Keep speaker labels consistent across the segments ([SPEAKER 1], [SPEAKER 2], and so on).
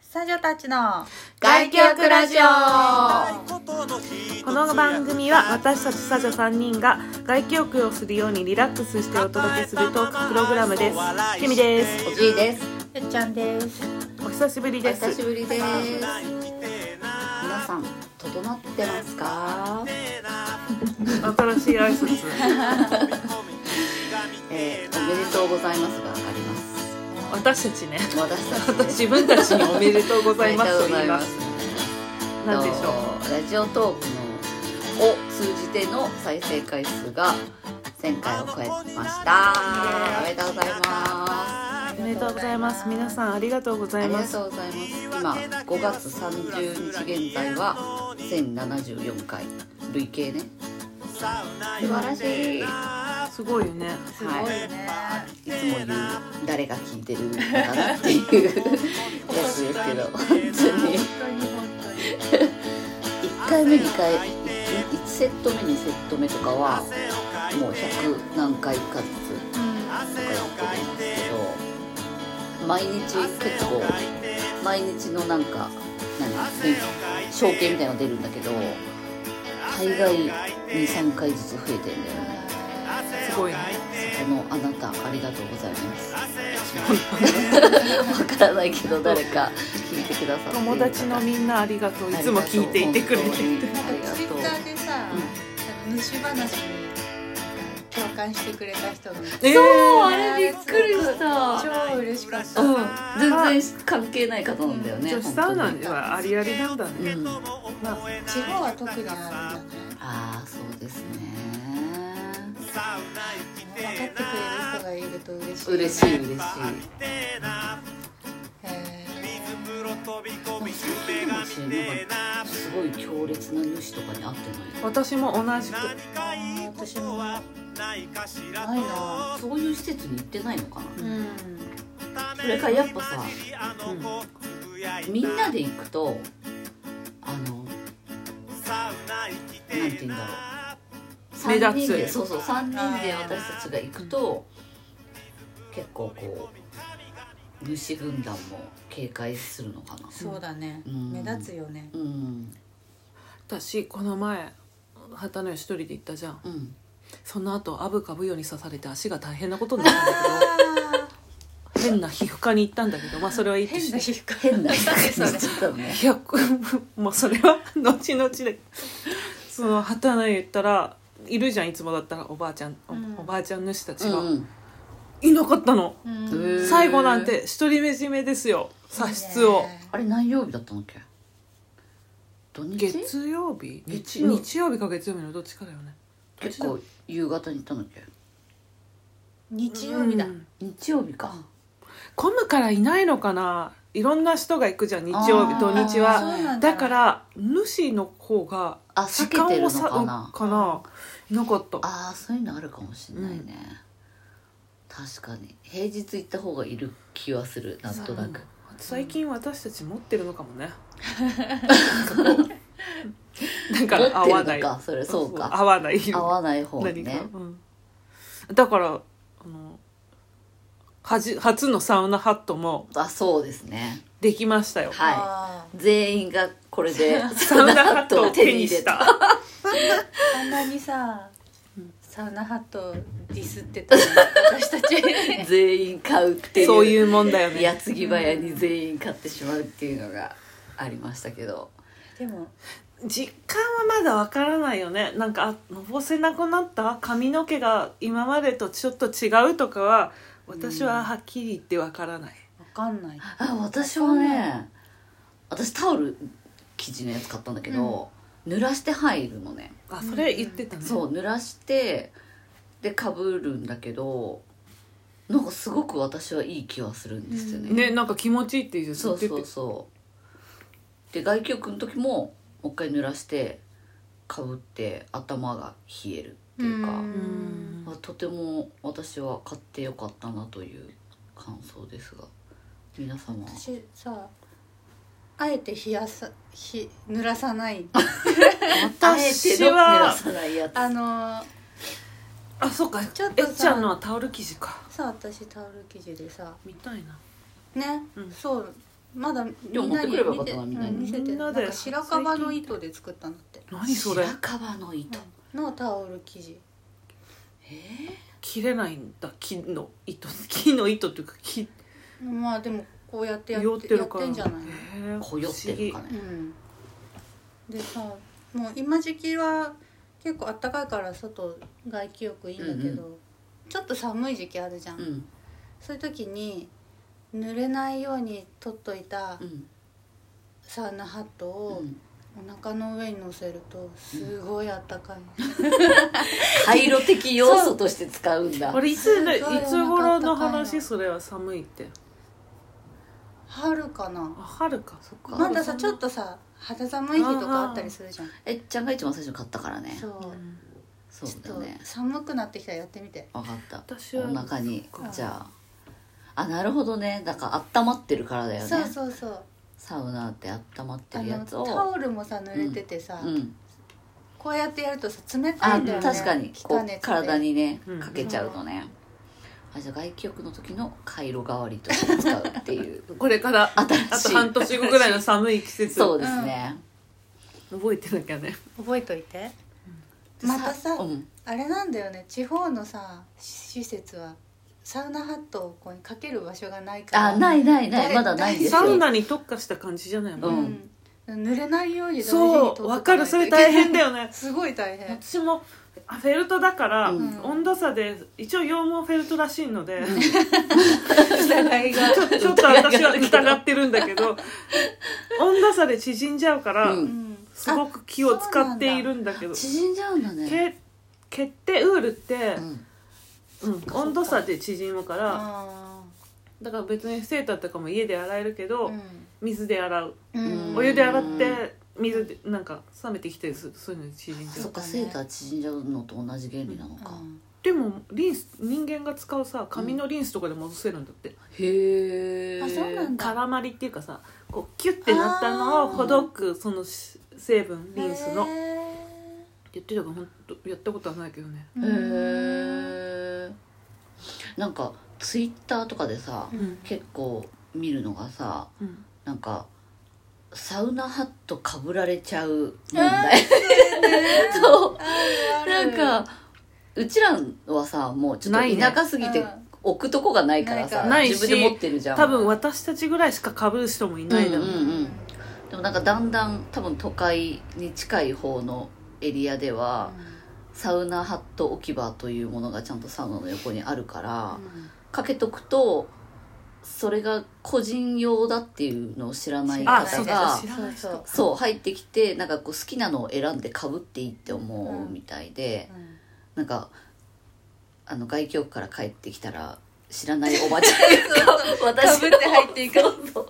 [SPEAKER 1] 三女たちの
[SPEAKER 2] 外記憶ラジオ
[SPEAKER 3] この番組は私たちサジャ3人が外記憶をするようにリラックスしてお届けするトークプログラムですきみです
[SPEAKER 2] おじいです
[SPEAKER 1] ゆっちゃんです
[SPEAKER 3] お久しぶり
[SPEAKER 2] お
[SPEAKER 3] です
[SPEAKER 2] 久しぶりです皆さん整ってますか、
[SPEAKER 3] 新しい挨拶
[SPEAKER 2] えー、おめでとうございますがあります
[SPEAKER 3] 私たちね
[SPEAKER 2] 私たちね
[SPEAKER 3] 自分たちにおめでとうございますと言います
[SPEAKER 2] な
[SPEAKER 3] なんん
[SPEAKER 2] で
[SPEAKER 3] で
[SPEAKER 2] し
[SPEAKER 3] し
[SPEAKER 2] ょ
[SPEAKER 3] ょ
[SPEAKER 2] うラジオトークのを通じての再生回数が1000回を超えましたおめでとうございます
[SPEAKER 3] うおめでとうございます皆さんありがとうござ
[SPEAKER 2] あ
[SPEAKER 3] い
[SPEAKER 2] り
[SPEAKER 3] ま
[SPEAKER 2] が
[SPEAKER 3] す
[SPEAKER 2] とうございます今5月30日現在は1074回累計ね素晴らしい
[SPEAKER 3] すごいよね
[SPEAKER 1] すごいね、
[SPEAKER 2] いつも言う誰が聞いてるのかなっていうやつですけど 本
[SPEAKER 1] 本当
[SPEAKER 2] 当に
[SPEAKER 1] に本当に
[SPEAKER 2] 1回目2回 1, セット目2セット目とかはもう100何回かずつとかやってるんですけど毎日結構毎日のなんか何証券みたいなの出るんだけど大概23回ずつ増えてんだよね
[SPEAKER 3] すごいね
[SPEAKER 2] そのあなたありがとうございます。 わからないけど誰か聞いてくだ さっている方
[SPEAKER 3] 友達のみんなありがとういつも聞いていてくれてる
[SPEAKER 2] 本当にあ
[SPEAKER 1] ツイ
[SPEAKER 2] りがと
[SPEAKER 1] ッ
[SPEAKER 2] う
[SPEAKER 1] ターでさ、なんか主話に共感してくれた人が
[SPEAKER 3] え
[SPEAKER 2] そう
[SPEAKER 3] ー
[SPEAKER 2] あれびっくりした。
[SPEAKER 1] 超嬉しかった、
[SPEAKER 2] うん
[SPEAKER 1] うん、
[SPEAKER 2] 全然関係ない方なんだよね。
[SPEAKER 3] 女子サウナ
[SPEAKER 2] 本当に
[SPEAKER 3] ではありありなんだね、
[SPEAKER 2] うん。
[SPEAKER 3] まあ
[SPEAKER 1] 地方は特にあるんだね
[SPEAKER 2] ああそうですね。
[SPEAKER 1] 分かってくれる人がいると嬉しい
[SPEAKER 2] 嬉しい嬉しい。
[SPEAKER 1] へ
[SPEAKER 2] でもしなんかすごい強烈な主とかに会って
[SPEAKER 3] 私も同じく
[SPEAKER 1] ー私もない
[SPEAKER 2] ない。ないな。そういう施設に行ってないのかな。
[SPEAKER 1] うん
[SPEAKER 2] それかやっぱさ、みんなで行くとあのなんて言うんだろう
[SPEAKER 3] 目
[SPEAKER 2] 三人
[SPEAKER 3] 立つ
[SPEAKER 2] でそうそう3人で私たちが行くと、結構こう主軍団も警戒するのかな
[SPEAKER 1] そうだね、
[SPEAKER 2] うん
[SPEAKER 1] 目立つよね
[SPEAKER 2] うん
[SPEAKER 3] 私この前旗の家一人で行ったじゃん
[SPEAKER 2] うん
[SPEAKER 3] その後アブカブヨに刺されて足が大変なことになったんだけど 変な皮膚科に行ったんだけどまあそれはいいと
[SPEAKER 1] 変
[SPEAKER 3] し
[SPEAKER 1] な
[SPEAKER 3] て
[SPEAKER 1] 皮膚科
[SPEAKER 2] 変な人になっちゃったのね
[SPEAKER 3] いやこまあそれは後々でその旗の家言ったらいるじゃんいつもだったらおばあちゃんお,、
[SPEAKER 1] うん
[SPEAKER 3] ばあちゃん主たち
[SPEAKER 2] う
[SPEAKER 3] が、
[SPEAKER 2] ん
[SPEAKER 3] いなかったの
[SPEAKER 1] うん
[SPEAKER 2] へー
[SPEAKER 3] 最後なんて独り占めですよ差し室を
[SPEAKER 1] いいね
[SPEAKER 2] あれ何曜日だったのっけ土日
[SPEAKER 3] 月曜日
[SPEAKER 2] 月
[SPEAKER 3] 日
[SPEAKER 2] 曜日
[SPEAKER 3] 日曜日か月曜日のどっちかだよね
[SPEAKER 2] 結構夕方に行ったのっけ
[SPEAKER 1] 日曜日だ、
[SPEAKER 3] うん
[SPEAKER 2] 日曜日か
[SPEAKER 3] 混むからいないのかないろんな人が行くじゃん日曜
[SPEAKER 2] あ
[SPEAKER 3] 日
[SPEAKER 2] ー
[SPEAKER 3] 土日は
[SPEAKER 1] そうなん
[SPEAKER 3] だから主の方が
[SPEAKER 2] あ避けてるのかな
[SPEAKER 3] うんかないなかった
[SPEAKER 2] ああそういうのあるかもしれないね、確かに平日行った方がいる気はするなんとなく
[SPEAKER 3] 最近私たち持ってるのか もねだから合
[SPEAKER 2] 持
[SPEAKER 3] わ
[SPEAKER 2] って
[SPEAKER 3] な
[SPEAKER 2] る
[SPEAKER 3] い
[SPEAKER 2] のかそれそうか
[SPEAKER 3] 合わない
[SPEAKER 2] 合わない方
[SPEAKER 3] 何
[SPEAKER 2] に
[SPEAKER 3] か、
[SPEAKER 2] ね
[SPEAKER 3] うんだからあのはじ初のサウナハットも
[SPEAKER 2] あそうですね
[SPEAKER 3] できましたよ
[SPEAKER 2] はい
[SPEAKER 1] あ
[SPEAKER 2] 全員がこれで
[SPEAKER 3] サウナハットを手にした
[SPEAKER 1] ーあんなにさサウナハットをディスってたのに私たち
[SPEAKER 2] 全員買うっていう
[SPEAKER 3] そういうもんだよね
[SPEAKER 2] 矢継ぎ早に全員買ってしまうっていうのがありましたけど
[SPEAKER 1] でも
[SPEAKER 3] 実感はまだわからないよねなんかあのぼせなくなった髪の毛が今までとちょっと違うとかは私ははっきり言ってわからない、
[SPEAKER 1] わかんない
[SPEAKER 2] あ私はね私タオル生地のやつ買ったんだけど、濡らして入るのね
[SPEAKER 3] あそれ言ってたね、
[SPEAKER 2] そう濡らしてでかぶるんだけどなんかすごく私はいい気はするんですよね、
[SPEAKER 3] ねなんか気持ちいいって言うじゃ
[SPEAKER 2] そ
[SPEAKER 3] ん
[SPEAKER 2] うそうそうで外気浴の時ももう一回濡らしてかぶって頭が冷えるっていうか、
[SPEAKER 1] うん
[SPEAKER 3] うん
[SPEAKER 2] まあとても私は買ってよかったなという感想ですが皆様は
[SPEAKER 1] 私さあえて冷やさひ濡らさない
[SPEAKER 3] 私
[SPEAKER 2] あえての濡ら
[SPEAKER 3] は
[SPEAKER 2] さないやつ
[SPEAKER 1] あのー
[SPEAKER 3] あそうか
[SPEAKER 1] ちょっ
[SPEAKER 3] え
[SPEAKER 1] とさ
[SPEAKER 3] っちゃんのはタオル生地か
[SPEAKER 1] さ私タオル生地でさ
[SPEAKER 3] みたいな
[SPEAKER 1] ね、
[SPEAKER 3] うん
[SPEAKER 1] そうまだ
[SPEAKER 2] でも
[SPEAKER 1] みん
[SPEAKER 2] 持っ
[SPEAKER 1] な
[SPEAKER 2] て
[SPEAKER 1] に
[SPEAKER 2] くれば
[SPEAKER 1] 見
[SPEAKER 2] よかった
[SPEAKER 1] て
[SPEAKER 2] なみん
[SPEAKER 1] う
[SPEAKER 2] なに
[SPEAKER 1] ん見せて
[SPEAKER 3] みんな
[SPEAKER 1] なん
[SPEAKER 3] で
[SPEAKER 1] か白樺の糸で作ったんだって
[SPEAKER 3] 何それ
[SPEAKER 2] 白樺の糸、
[SPEAKER 1] のタオル生地
[SPEAKER 3] 切れないんだ木の糸 木の糸っていうか木
[SPEAKER 1] まあでもこうやってや
[SPEAKER 3] 酔っ
[SPEAKER 1] って
[SPEAKER 3] て
[SPEAKER 1] や
[SPEAKER 3] る
[SPEAKER 1] っ
[SPEAKER 3] から
[SPEAKER 1] てんじゃないの
[SPEAKER 3] へえ
[SPEAKER 2] こよってるか
[SPEAKER 3] 不思
[SPEAKER 2] ね
[SPEAKER 1] うんでさもう今時期は結構あったかいから外外気浴いいんだけど、
[SPEAKER 2] う
[SPEAKER 1] ちょっと寒い時期あるじゃん、
[SPEAKER 2] うん
[SPEAKER 1] そういう時に濡れないように取っといた
[SPEAKER 2] うん
[SPEAKER 1] サウナハットを
[SPEAKER 2] うん
[SPEAKER 1] お腹の上に乗せるとすごいあったかい、
[SPEAKER 2] 回路的要素として使うんだ
[SPEAKER 3] 議これいつ
[SPEAKER 1] す
[SPEAKER 3] でい
[SPEAKER 1] ごい
[SPEAKER 3] つ頃の
[SPEAKER 1] お腹高いの
[SPEAKER 3] 話それは寒いって
[SPEAKER 1] 春かな
[SPEAKER 3] あ春かそっか
[SPEAKER 1] まださちょっとさ肌寒い日とかあったりするじゃん
[SPEAKER 2] えっちゃんが一番最初に買ったからね
[SPEAKER 1] そう、
[SPEAKER 3] うん
[SPEAKER 2] そう
[SPEAKER 1] ち
[SPEAKER 2] だ
[SPEAKER 1] ょ
[SPEAKER 2] よ
[SPEAKER 1] っと
[SPEAKER 2] ね
[SPEAKER 1] 寒くなってきたらやってみて
[SPEAKER 2] 分かった
[SPEAKER 3] 私は
[SPEAKER 2] お腹に
[SPEAKER 1] そっか
[SPEAKER 2] じゃああなるほどねだから温まってるからだよね
[SPEAKER 1] そうそうそう
[SPEAKER 2] サウナって温まって
[SPEAKER 1] あ
[SPEAKER 2] るや
[SPEAKER 1] の
[SPEAKER 2] つを
[SPEAKER 1] タオルもさ濡れててさ、
[SPEAKER 2] うん、
[SPEAKER 1] こうやってやるとさ冷た
[SPEAKER 2] あ
[SPEAKER 1] いんだよね
[SPEAKER 2] 確かに
[SPEAKER 1] 気
[SPEAKER 2] こ
[SPEAKER 1] 化
[SPEAKER 2] う
[SPEAKER 1] 熱で
[SPEAKER 2] 体にね
[SPEAKER 3] うん
[SPEAKER 2] かけちゃうのね、あじゃあ外気浴の時の回路代わりとして使うっていう
[SPEAKER 3] これからあ
[SPEAKER 2] 新し
[SPEAKER 3] と
[SPEAKER 2] い
[SPEAKER 3] 半年後ぐらいの寒い季節
[SPEAKER 2] そうですね、
[SPEAKER 3] 覚えてなきゃね
[SPEAKER 1] 覚えといて
[SPEAKER 2] で
[SPEAKER 1] またさ
[SPEAKER 2] うん、
[SPEAKER 1] あれなんだよね地方のさ施設はサウナハットをこうかける場所がないから
[SPEAKER 2] あないないな
[SPEAKER 1] だ
[SPEAKER 2] い
[SPEAKER 1] い
[SPEAKER 2] まだないんですよ
[SPEAKER 3] サウナに特化した感じじゃないも、
[SPEAKER 1] うんん、濡れないように大事に
[SPEAKER 3] そ
[SPEAKER 1] 取
[SPEAKER 3] う
[SPEAKER 1] っ
[SPEAKER 3] わ
[SPEAKER 1] とか
[SPEAKER 3] か
[SPEAKER 1] ない
[SPEAKER 3] る
[SPEAKER 1] と
[SPEAKER 3] それ大変だよね
[SPEAKER 1] すごい大 変
[SPEAKER 3] 私もあフェルトだから、
[SPEAKER 2] うん
[SPEAKER 3] 温度差で一応羊毛フェルトらしいので、
[SPEAKER 1] 疑いが
[SPEAKER 3] ちょちょっと私は疑ってるんだけ ど温度差で縮んじゃうから、
[SPEAKER 2] うん
[SPEAKER 1] うん
[SPEAKER 3] すごく気を使っているんだけど
[SPEAKER 2] 縮んじゃうんだね、
[SPEAKER 3] け決定ウールって
[SPEAKER 2] う、ん、
[SPEAKER 3] うん温度差で縮むから
[SPEAKER 1] あ
[SPEAKER 3] だから別にセーターとかも家で洗えるけど、
[SPEAKER 1] ー
[SPEAKER 3] 水で洗う
[SPEAKER 1] うん
[SPEAKER 2] うん
[SPEAKER 3] お湯で洗って水でなんか冷めてきてすそういうので縮んじゃ
[SPEAKER 2] そうっか
[SPEAKER 1] そうだ
[SPEAKER 2] セ
[SPEAKER 1] ね
[SPEAKER 2] ーター縮んじゃうのと同じ原理なのか、
[SPEAKER 1] うん
[SPEAKER 3] でもリンス人間が使うさ髪のリンスとかで戻せるんだって、
[SPEAKER 2] へえ
[SPEAKER 1] あそうなんだ
[SPEAKER 3] 絡まりっていうかさこうキュッてなったのをほどくそのし成分リンスのって
[SPEAKER 1] へ
[SPEAKER 3] 言ってたから本当やったことはないけどね
[SPEAKER 1] ー
[SPEAKER 2] へえんかツイッターとかでさ、
[SPEAKER 1] うん
[SPEAKER 2] 結構見るのがさ
[SPEAKER 3] うん
[SPEAKER 2] なんかサウナハットかぶられちゃう問題そうなんかうちらはさもうちょっ
[SPEAKER 3] ない
[SPEAKER 2] と
[SPEAKER 3] ね
[SPEAKER 2] 田舎すぎて
[SPEAKER 1] うん
[SPEAKER 2] 置くとこがないからさ、
[SPEAKER 3] ないから
[SPEAKER 2] 自分で持ってるじゃん
[SPEAKER 3] 多分私たちぐらいしか被る人もいないだろうね、
[SPEAKER 2] うんうんでもなんかだんだん多分都会に近い方のエリアでは、サウナハット置き場というものがちゃんとサウナの横にあるから、かけとくとそれが個人用だっていうのを知らない方
[SPEAKER 3] あそう
[SPEAKER 2] が
[SPEAKER 3] か知らない人
[SPEAKER 1] そう
[SPEAKER 2] そう入ってきてなんかこう好きなのを選んでかぶっていいって思うみたいで、なんかあの外局から帰ってきたら知らないおばちゃんが 私の
[SPEAKER 1] かぶって入っていく
[SPEAKER 2] そうそう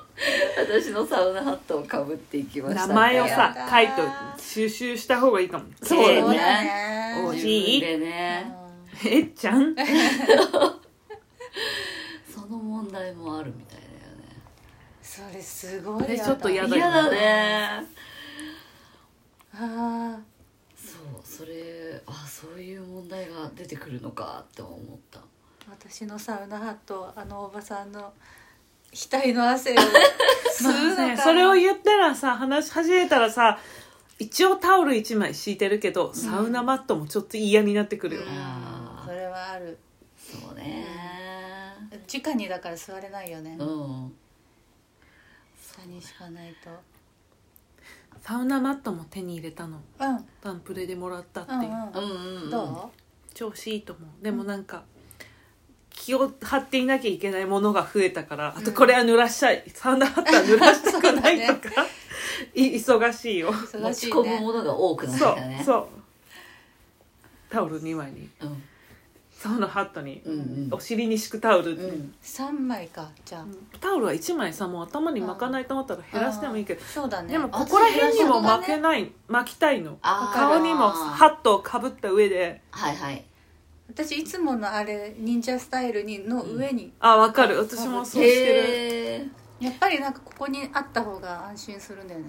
[SPEAKER 2] 私のサウナハットをかぶっていきました
[SPEAKER 3] 名前を
[SPEAKER 1] や
[SPEAKER 3] さ
[SPEAKER 1] だ
[SPEAKER 3] 書いと収集した方がいいかも
[SPEAKER 2] そうだね
[SPEAKER 1] そうだね
[SPEAKER 3] お
[SPEAKER 2] 自
[SPEAKER 3] じ
[SPEAKER 2] 分
[SPEAKER 3] い
[SPEAKER 2] で
[SPEAKER 1] う
[SPEAKER 2] ね
[SPEAKER 1] ん
[SPEAKER 3] えっちゃん
[SPEAKER 2] その問題もあるみたいだよね
[SPEAKER 1] それすごい
[SPEAKER 3] ねちょっと嫌だよね
[SPEAKER 2] 嫌だね
[SPEAKER 1] あ
[SPEAKER 2] そうそれあそういう問題が出てくるのかって思った
[SPEAKER 1] ー私のサウナハットあのおばさんの額の汗を吸うのか
[SPEAKER 3] ね それを言ったらさ話し始めたらさ一応タオル1枚敷いてるけどサウナマットもちょっと嫌になってくるよ、
[SPEAKER 2] あ
[SPEAKER 1] それはある
[SPEAKER 2] そうね
[SPEAKER 1] 直にだから座れないよね
[SPEAKER 2] うん
[SPEAKER 1] 下にしかないと
[SPEAKER 3] サウナマットも手に入れたの
[SPEAKER 1] うん
[SPEAKER 3] タンプレでもらったっていう
[SPEAKER 1] ん
[SPEAKER 3] う、
[SPEAKER 1] うん
[SPEAKER 2] ううんうん
[SPEAKER 1] んど
[SPEAKER 3] 調子いいと思うでもなんか気を張っていなきゃいけないものが増えたからあとこれは濡らしちゃい、サウナハットは濡らしたくないとか、い忙しいよ
[SPEAKER 1] う忙
[SPEAKER 2] 持
[SPEAKER 1] し
[SPEAKER 2] ち
[SPEAKER 1] い
[SPEAKER 2] 込む
[SPEAKER 1] ね
[SPEAKER 2] ものが多くなるか
[SPEAKER 3] そう
[SPEAKER 2] らね
[SPEAKER 3] そうタオル2枚に
[SPEAKER 2] うん
[SPEAKER 3] サウナハットに、
[SPEAKER 2] うんうん
[SPEAKER 3] お尻に敷くタオル、
[SPEAKER 2] うん
[SPEAKER 1] 三枚かじゃあ
[SPEAKER 3] タオルは1枚さもう頭に巻かないと思ったら減らしてもいいけど、
[SPEAKER 1] そうだね
[SPEAKER 3] でもここら辺にも巻けない、巻きたいの
[SPEAKER 2] あー
[SPEAKER 3] 顔にもハットをかぶった上で
[SPEAKER 2] はいはい
[SPEAKER 1] 私いつものあれ忍者スタイルにの上に
[SPEAKER 3] あわかる私もそうしてる
[SPEAKER 2] へえ
[SPEAKER 1] やっぱりなんかここにあった方が安心するんだよね、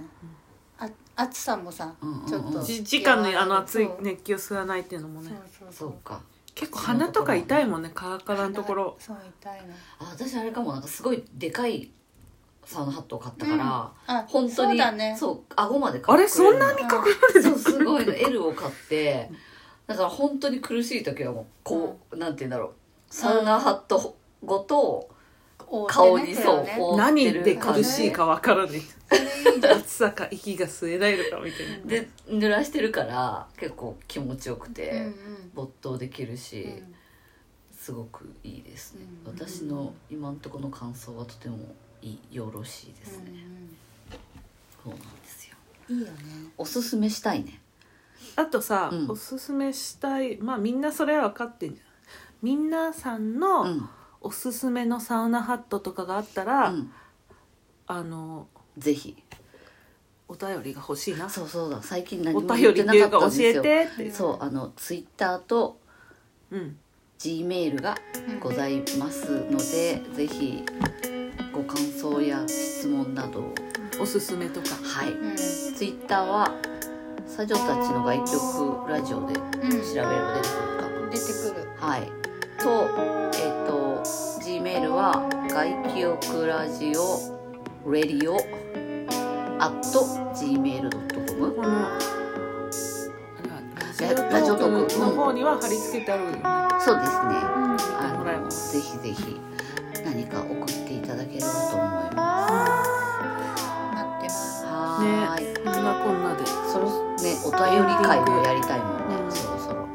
[SPEAKER 1] あ暑さもさ、
[SPEAKER 2] うんうんうん
[SPEAKER 1] ちょっと
[SPEAKER 3] じ時間にあの熱い
[SPEAKER 1] そう
[SPEAKER 3] 熱気を吸わないっていうのも
[SPEAKER 1] そう
[SPEAKER 3] ね
[SPEAKER 1] そうそ
[SPEAKER 2] そううか
[SPEAKER 3] 結構鼻とか痛いもんねカラカラのところ
[SPEAKER 1] そう痛いの
[SPEAKER 2] あ私あれかもなんかすごいでかいサウナハットを買ったから、
[SPEAKER 1] あ
[SPEAKER 2] 本当に
[SPEAKER 1] そうだね
[SPEAKER 2] そう顎まで
[SPEAKER 3] あれ
[SPEAKER 2] くれ
[SPEAKER 3] そ
[SPEAKER 2] る
[SPEAKER 3] ん
[SPEAKER 2] の
[SPEAKER 3] なにかけられて
[SPEAKER 2] そう
[SPEAKER 3] る
[SPEAKER 2] すごいの L を買ってだから本当に苦しい時はもうこう、なんて言うんだろうサウナハットごと顔にそう覆って
[SPEAKER 3] 何
[SPEAKER 2] る
[SPEAKER 3] で苦しいかわからない
[SPEAKER 1] い
[SPEAKER 3] 暑さか息が吸えないのかみたいな
[SPEAKER 2] で濡らしてるから結構気持ちよくて、没頭できるし、すごくいいですね、
[SPEAKER 1] うん
[SPEAKER 2] 私の今んとこの感想はとてもいいよろしいですね、そうなんですよ
[SPEAKER 1] いいよね
[SPEAKER 2] おすすめしたいね
[SPEAKER 3] あとさ、
[SPEAKER 2] うん
[SPEAKER 3] おすすめしたいまあみんなそれは分かってんじゃんみんなさん
[SPEAKER 2] う
[SPEAKER 3] の
[SPEAKER 2] ん、
[SPEAKER 3] おすすめのサウナハットとかがあったら、
[SPEAKER 2] うん、
[SPEAKER 3] あの
[SPEAKER 2] ぜひ
[SPEAKER 3] お便りが欲しいな
[SPEAKER 2] そうそうだ最近何
[SPEAKER 3] お
[SPEAKER 2] も
[SPEAKER 3] 便
[SPEAKER 2] 言っ
[SPEAKER 3] り
[SPEAKER 2] て
[SPEAKER 3] っ
[SPEAKER 2] な
[SPEAKER 3] ていう
[SPEAKER 2] か
[SPEAKER 3] か
[SPEAKER 2] ったんで
[SPEAKER 3] 教
[SPEAKER 2] す
[SPEAKER 3] え
[SPEAKER 2] よ
[SPEAKER 3] てっていう
[SPEAKER 2] そうあのツイッターと
[SPEAKER 3] うん、
[SPEAKER 2] G メールがございますのでぜひご感想や質問などを
[SPEAKER 3] おすすめとか
[SPEAKER 2] はい
[SPEAKER 1] うん
[SPEAKER 2] ツイッターは「サジョたちの外局ラジオ」で調
[SPEAKER 1] うん
[SPEAKER 2] べれば出てくるか
[SPEAKER 1] 出てくる
[SPEAKER 2] はい。と、えっ、と、G メールは、外記憶ラジオ、レディオ、アット、gmail.com。
[SPEAKER 3] このあれはラ
[SPEAKER 2] ラ
[SPEAKER 3] ジ
[SPEAKER 2] ジ
[SPEAKER 3] オ
[SPEAKER 2] オ
[SPEAKER 3] ト
[SPEAKER 2] ト
[SPEAKER 3] ー
[SPEAKER 2] ー
[SPEAKER 3] ク
[SPEAKER 2] ク
[SPEAKER 3] の方には貼り付けてあるよね
[SPEAKER 2] そうですね。
[SPEAKER 1] うん
[SPEAKER 2] あ
[SPEAKER 3] もらえ
[SPEAKER 2] の、
[SPEAKER 3] ま
[SPEAKER 2] ぜひぜひ、何か送っていただければと思いま
[SPEAKER 1] 待ってます
[SPEAKER 2] す。はーい。
[SPEAKER 3] こんなこんなで
[SPEAKER 2] そろね、お便り会をやりたいもんね、
[SPEAKER 3] うん
[SPEAKER 2] そろそろ。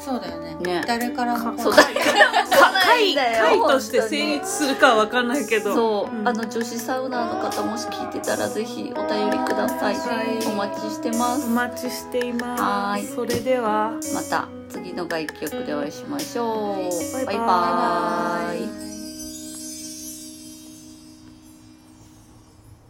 [SPEAKER 1] そうだよね
[SPEAKER 2] ね
[SPEAKER 1] 誰からも
[SPEAKER 2] そう、
[SPEAKER 1] 来
[SPEAKER 2] だ
[SPEAKER 1] ない
[SPEAKER 2] から、来ないんだよ
[SPEAKER 3] 会として
[SPEAKER 2] 本当に
[SPEAKER 3] 成立するかは分かんないけど
[SPEAKER 2] そう、
[SPEAKER 3] ん
[SPEAKER 2] あの女子サウナーの方もし聞いてたらぜひお便りください、
[SPEAKER 3] はい
[SPEAKER 2] お待ちしてま
[SPEAKER 3] お
[SPEAKER 2] すま
[SPEAKER 3] 待ちしています
[SPEAKER 2] はーい
[SPEAKER 3] それでは
[SPEAKER 2] た次の外記憶でお会いしましょう、
[SPEAKER 3] バイバイ
[SPEAKER 2] バイバーイ